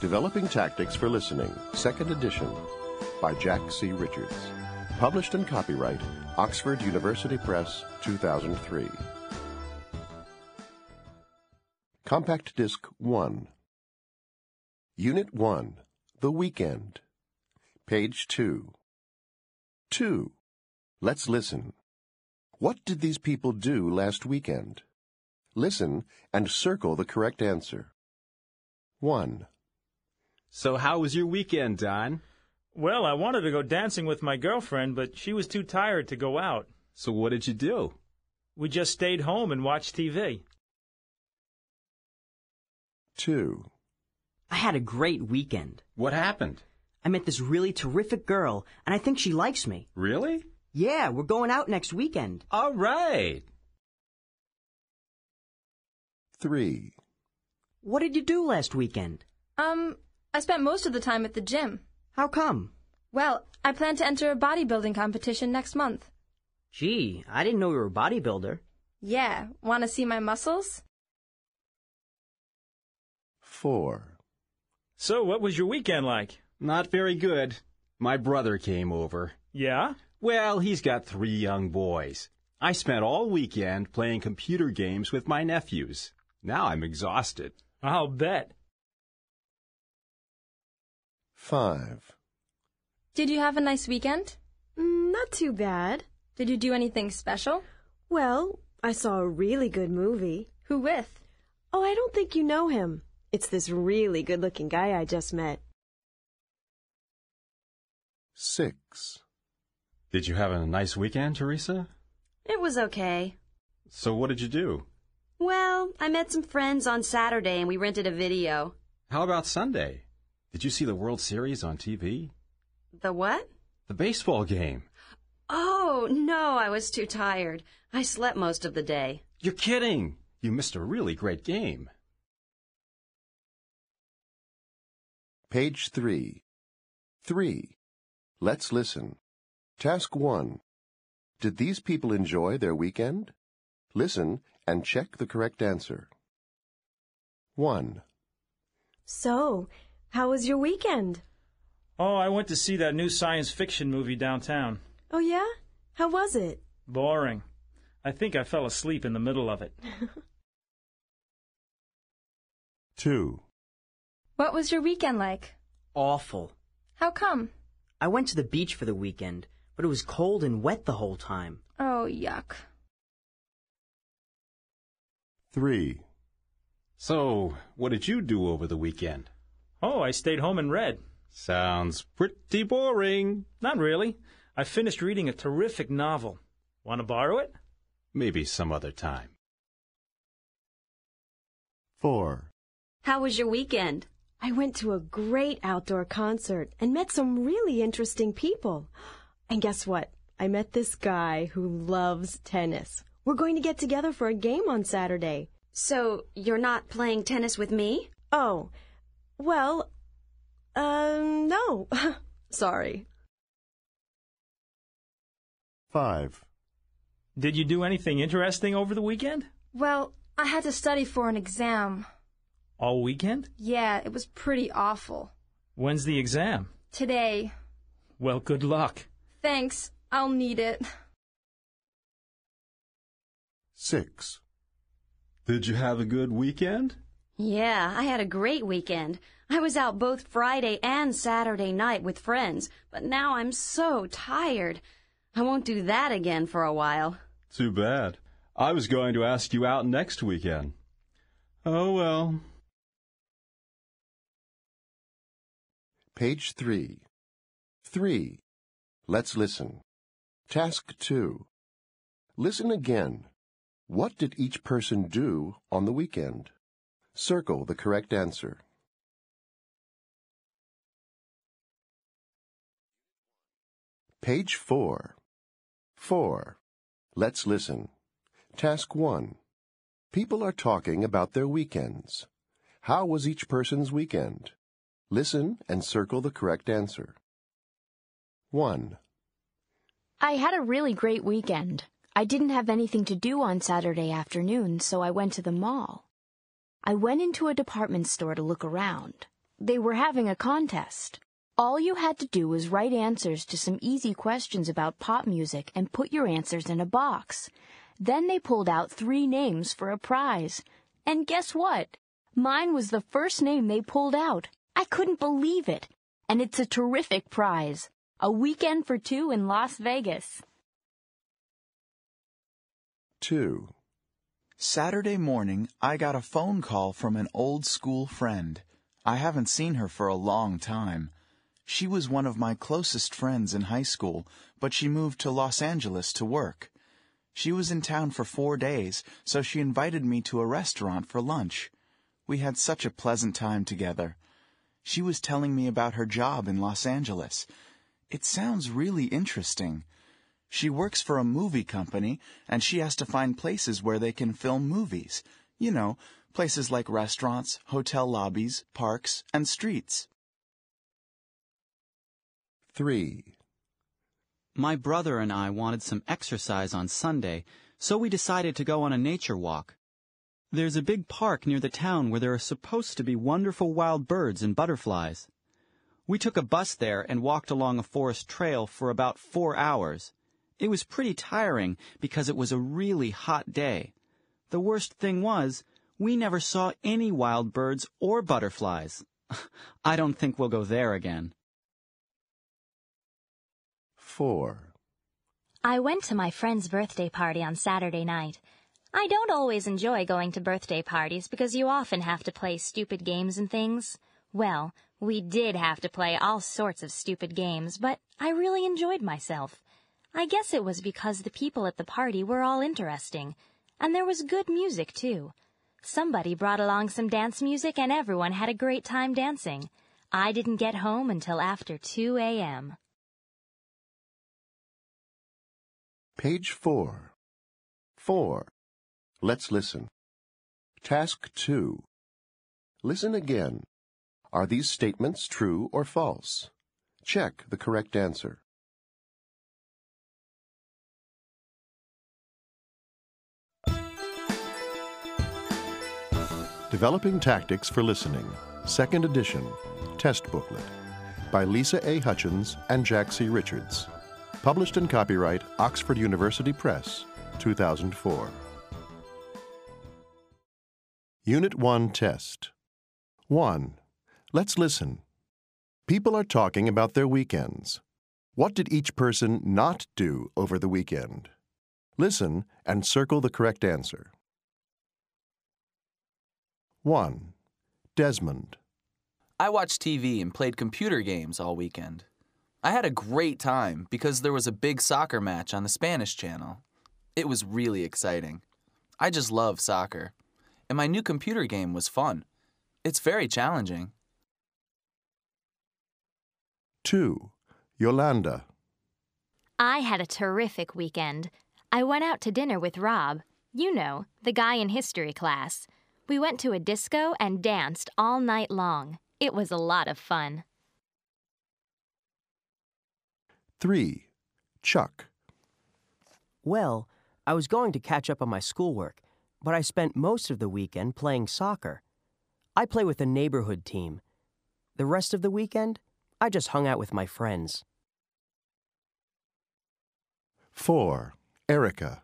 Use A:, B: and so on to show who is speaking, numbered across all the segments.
A: Developing Tactics for Listening, Second Edition, by Jack C. Richards. Published and copyright Oxford University Press, 2003. Compact Disc 1. Unit 1. The Weekend. Page 2. 2. Let's listen. What did these people do last weekend? Listen and circle the correct answer. 1.
B: So, how was your weekend, Don?
C: Well, I wanted to go dancing with my girlfriend, but she was too tired to go out.
B: So, what did you do?
C: We just stayed home and watched TV.
A: 2.
D: I had a great weekend.
B: What happened?
D: I met this really terrific girl, and I think she likes me.
B: Really?
D: Yeah, we're going out next weekend.
B: All right.
A: 3.
D: What did you do last weekend?
E: Um, I spent most of the time at the gym.
D: How come?
E: Well, I plan to enter a bodybuilding competition next month.
D: Gee, I didn't know you were a bodybuilder.
E: Yeah, want to see my muscles?
A: 4.
C: So, what was your weekend like?
B: Not very good. My brother came over.
C: Yeah?
B: Well, he's got three young boys. I spent all weekend playing computer games with my nephews. Now I'm exhausted.
C: I'll bet.
A: 5.
E: Did you have a nice weekend?
F: Mm, Not too bad.
E: Did you do anything special?
F: Well, I saw a really good movie.
E: Who with?
F: Oh, I don't think you know him. It's this really good looking guy I just met.
A: 6.
B: Did you have a nice weekend, Teresa?
G: It was okay.
B: So, what did you do?
G: Well, I met some friends on Saturday and we rented a video.
B: How about Sunday? Did you see the World Series on TV?
G: The what?
B: The baseball game.
G: Oh, no, I was too tired. I slept most of the day.
B: You're kidding! You missed a really great game.
A: Page 3. 3. Let's listen. Task 1. Did these people enjoy their weekend? Listen and check the correct answer. 1.
F: So, how was your weekend?
C: Oh, I went to see that new science fiction movie downtown.
F: Oh, yeah? How was it?
C: Boring. I think I fell asleep in the middle of it.
A: 2.
E: What was your weekend like?
D: Awful.
E: How come?
D: I went to the beach for the weekend, but it was cold and wet the whole time.
E: Oh, yuck.
A: 3.
B: So, what did you do over the weekend?
C: Oh, I stayed home and read.
B: Sounds pretty boring.
C: Not really. I finished reading a terrific novel. Want to borrow it?
B: Maybe some other time.
A: 4.
G: How was your weekend?
F: I went to a great outdoor concert and met some really interesting people. And guess what? I met this guy who loves tennis. We're going to get together for a game on Saturday.
G: So, you're not playing tennis with me?
F: Oh, well, um, no. Sorry.
A: 5.
C: Did you do anything interesting over the weekend?
E: Well, I had to study for an exam.
C: All weekend?
E: Yeah, it was pretty awful.
C: When's the exam?
E: Today.
C: Well, good luck.
E: Thanks, I'll need it.
A: 6.
B: Did you have a good weekend?
G: Yeah, I had a great weekend. I was out both Friday and Saturday night with friends, but now I'm so tired. I won't do that again for a while.
B: Too bad. I was going to ask you out next weekend. Oh well.
A: Page 3. 3. Let's listen. Task 2. Listen again. What did each person do on the weekend? Circle the correct answer. Page 4. 4. Let's listen. Task 1. People are talking about their weekends. How was each person's weekend? Listen and circle the correct answer. 1.
H: I had a really great weekend. I didn't have anything to do on Saturday afternoon, so I went to the mall. I went into a department store to look around. they were having a contest. All you had to do was write answers to some easy questions about pop music and put your answers in a box. Then they pulled out three names for a prize. And guess what? Mine was the first name they pulled out. I couldn't believe it. And it's a terrific prize. A weekend for two in Las Vegas.
A: 2.
I: Saturday morning, I got a phone call from an old school friend. I haven't seen her for a long time. She was one of my closest friends in high school, but she moved to Los Angeles to work. She was in town for four days, so she invited me to a restaurant for lunch. We had such a pleasant time together. She was telling me about her job in Los Angeles. It sounds really interesting. She works for a movie company, and she has to find places where they can film movies. You know, places like restaurants, hotel lobbies, parks, and streets.
A: 3.
J: My brother and I wanted some exercise on Sunday, so we decided to go on a nature walk. There's a big park near the town where there are supposed to be wonderful wild birds and butterflies. We took a bus there and walked along a forest trail for about four hours. It was pretty tiring because it was a really hot day. The worst thing was, we never saw any wild birds or butterflies. I don't think we'll go there again.
A: 4.
K: I went to my friend's birthday party on Saturday night. I don't always enjoy going to birthday parties because you often have to play stupid games and things. Well, we did have to play all sorts of stupid games, but I really enjoyed myself. I guess it was because the people at the party were all interesting, and there was good music too. Somebody brought along some dance music and everyone had a great time dancing. I didn't get home until after 2 a.m.
A: Page 4. 4. Let's listen. Task 2. Listen again. Are these statements true or false? Check the correct answer. Developing Tactics for Listening, Second Edition, Test Booklet, by Lisa A. Hutchins and Jack C. Richards. Published in copyright Oxford University Press, 2004. Unit 1 Test 1. Let's listen. People are talking about their weekends. What did each person not do over the weekend? Listen and circle the correct answer. 1. Desmond.
L: I watched TV and played computer games all weekend. I had a great time because there was a big soccer match on the Spanish channel. It was really exciting. I just love soccer. And my new computer game was fun. It's very challenging.
A: 2. Yolanda.
K: I had a terrific weekend. I went out to dinner with Rob, you know, the guy in history class. We went to a disco and danced all night long. It was a lot of fun.
A: 3. Chuck.
M: Well, I was going to catch up on my schoolwork, but I spent most of the weekend playing soccer. I play with a neighborhood team. The rest of the weekend, I just hung out with my friends.
A: 4. Erica.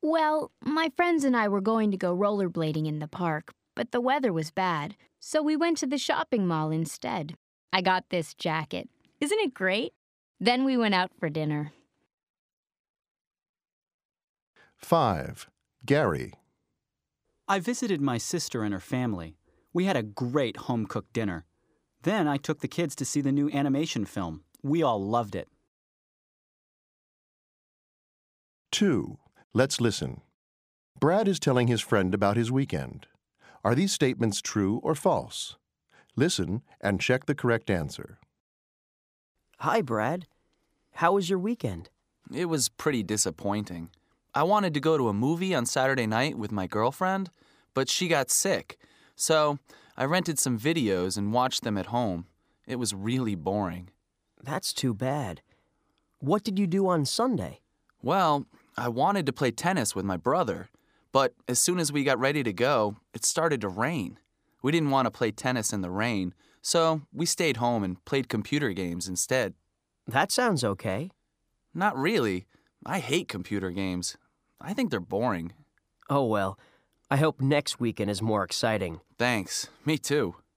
H: Well, my friends and I were going to go rollerblading in the park, but the weather was bad, so we went to the shopping mall instead. I got this jacket. Isn't it great? Then we went out for dinner.
A: 5. Gary.
J: I visited my sister and her family. We had a great home cooked dinner. Then I took the kids to see the new animation film. We all loved it.
A: 2. Let's listen. Brad is telling his friend about his weekend. Are these statements true or false? Listen and check the correct answer.
M: Hi, Brad. How was your weekend?
L: It was pretty disappointing. I wanted to go to a movie on Saturday night with my girlfriend, but she got sick. So I rented some videos and watched them at home. It was really boring.
M: That's too bad. What did you do on Sunday?
L: Well, I wanted to play tennis with my brother, but as soon as we got ready to go, it started to rain. We didn't want to play tennis in the rain, So we stayed home and played computer games instead.
M: That sounds okay.
L: Not really. I hate computer games. I think they're boring.
M: Oh well, I hope next weekend is more exciting.
L: Thanks. Me too.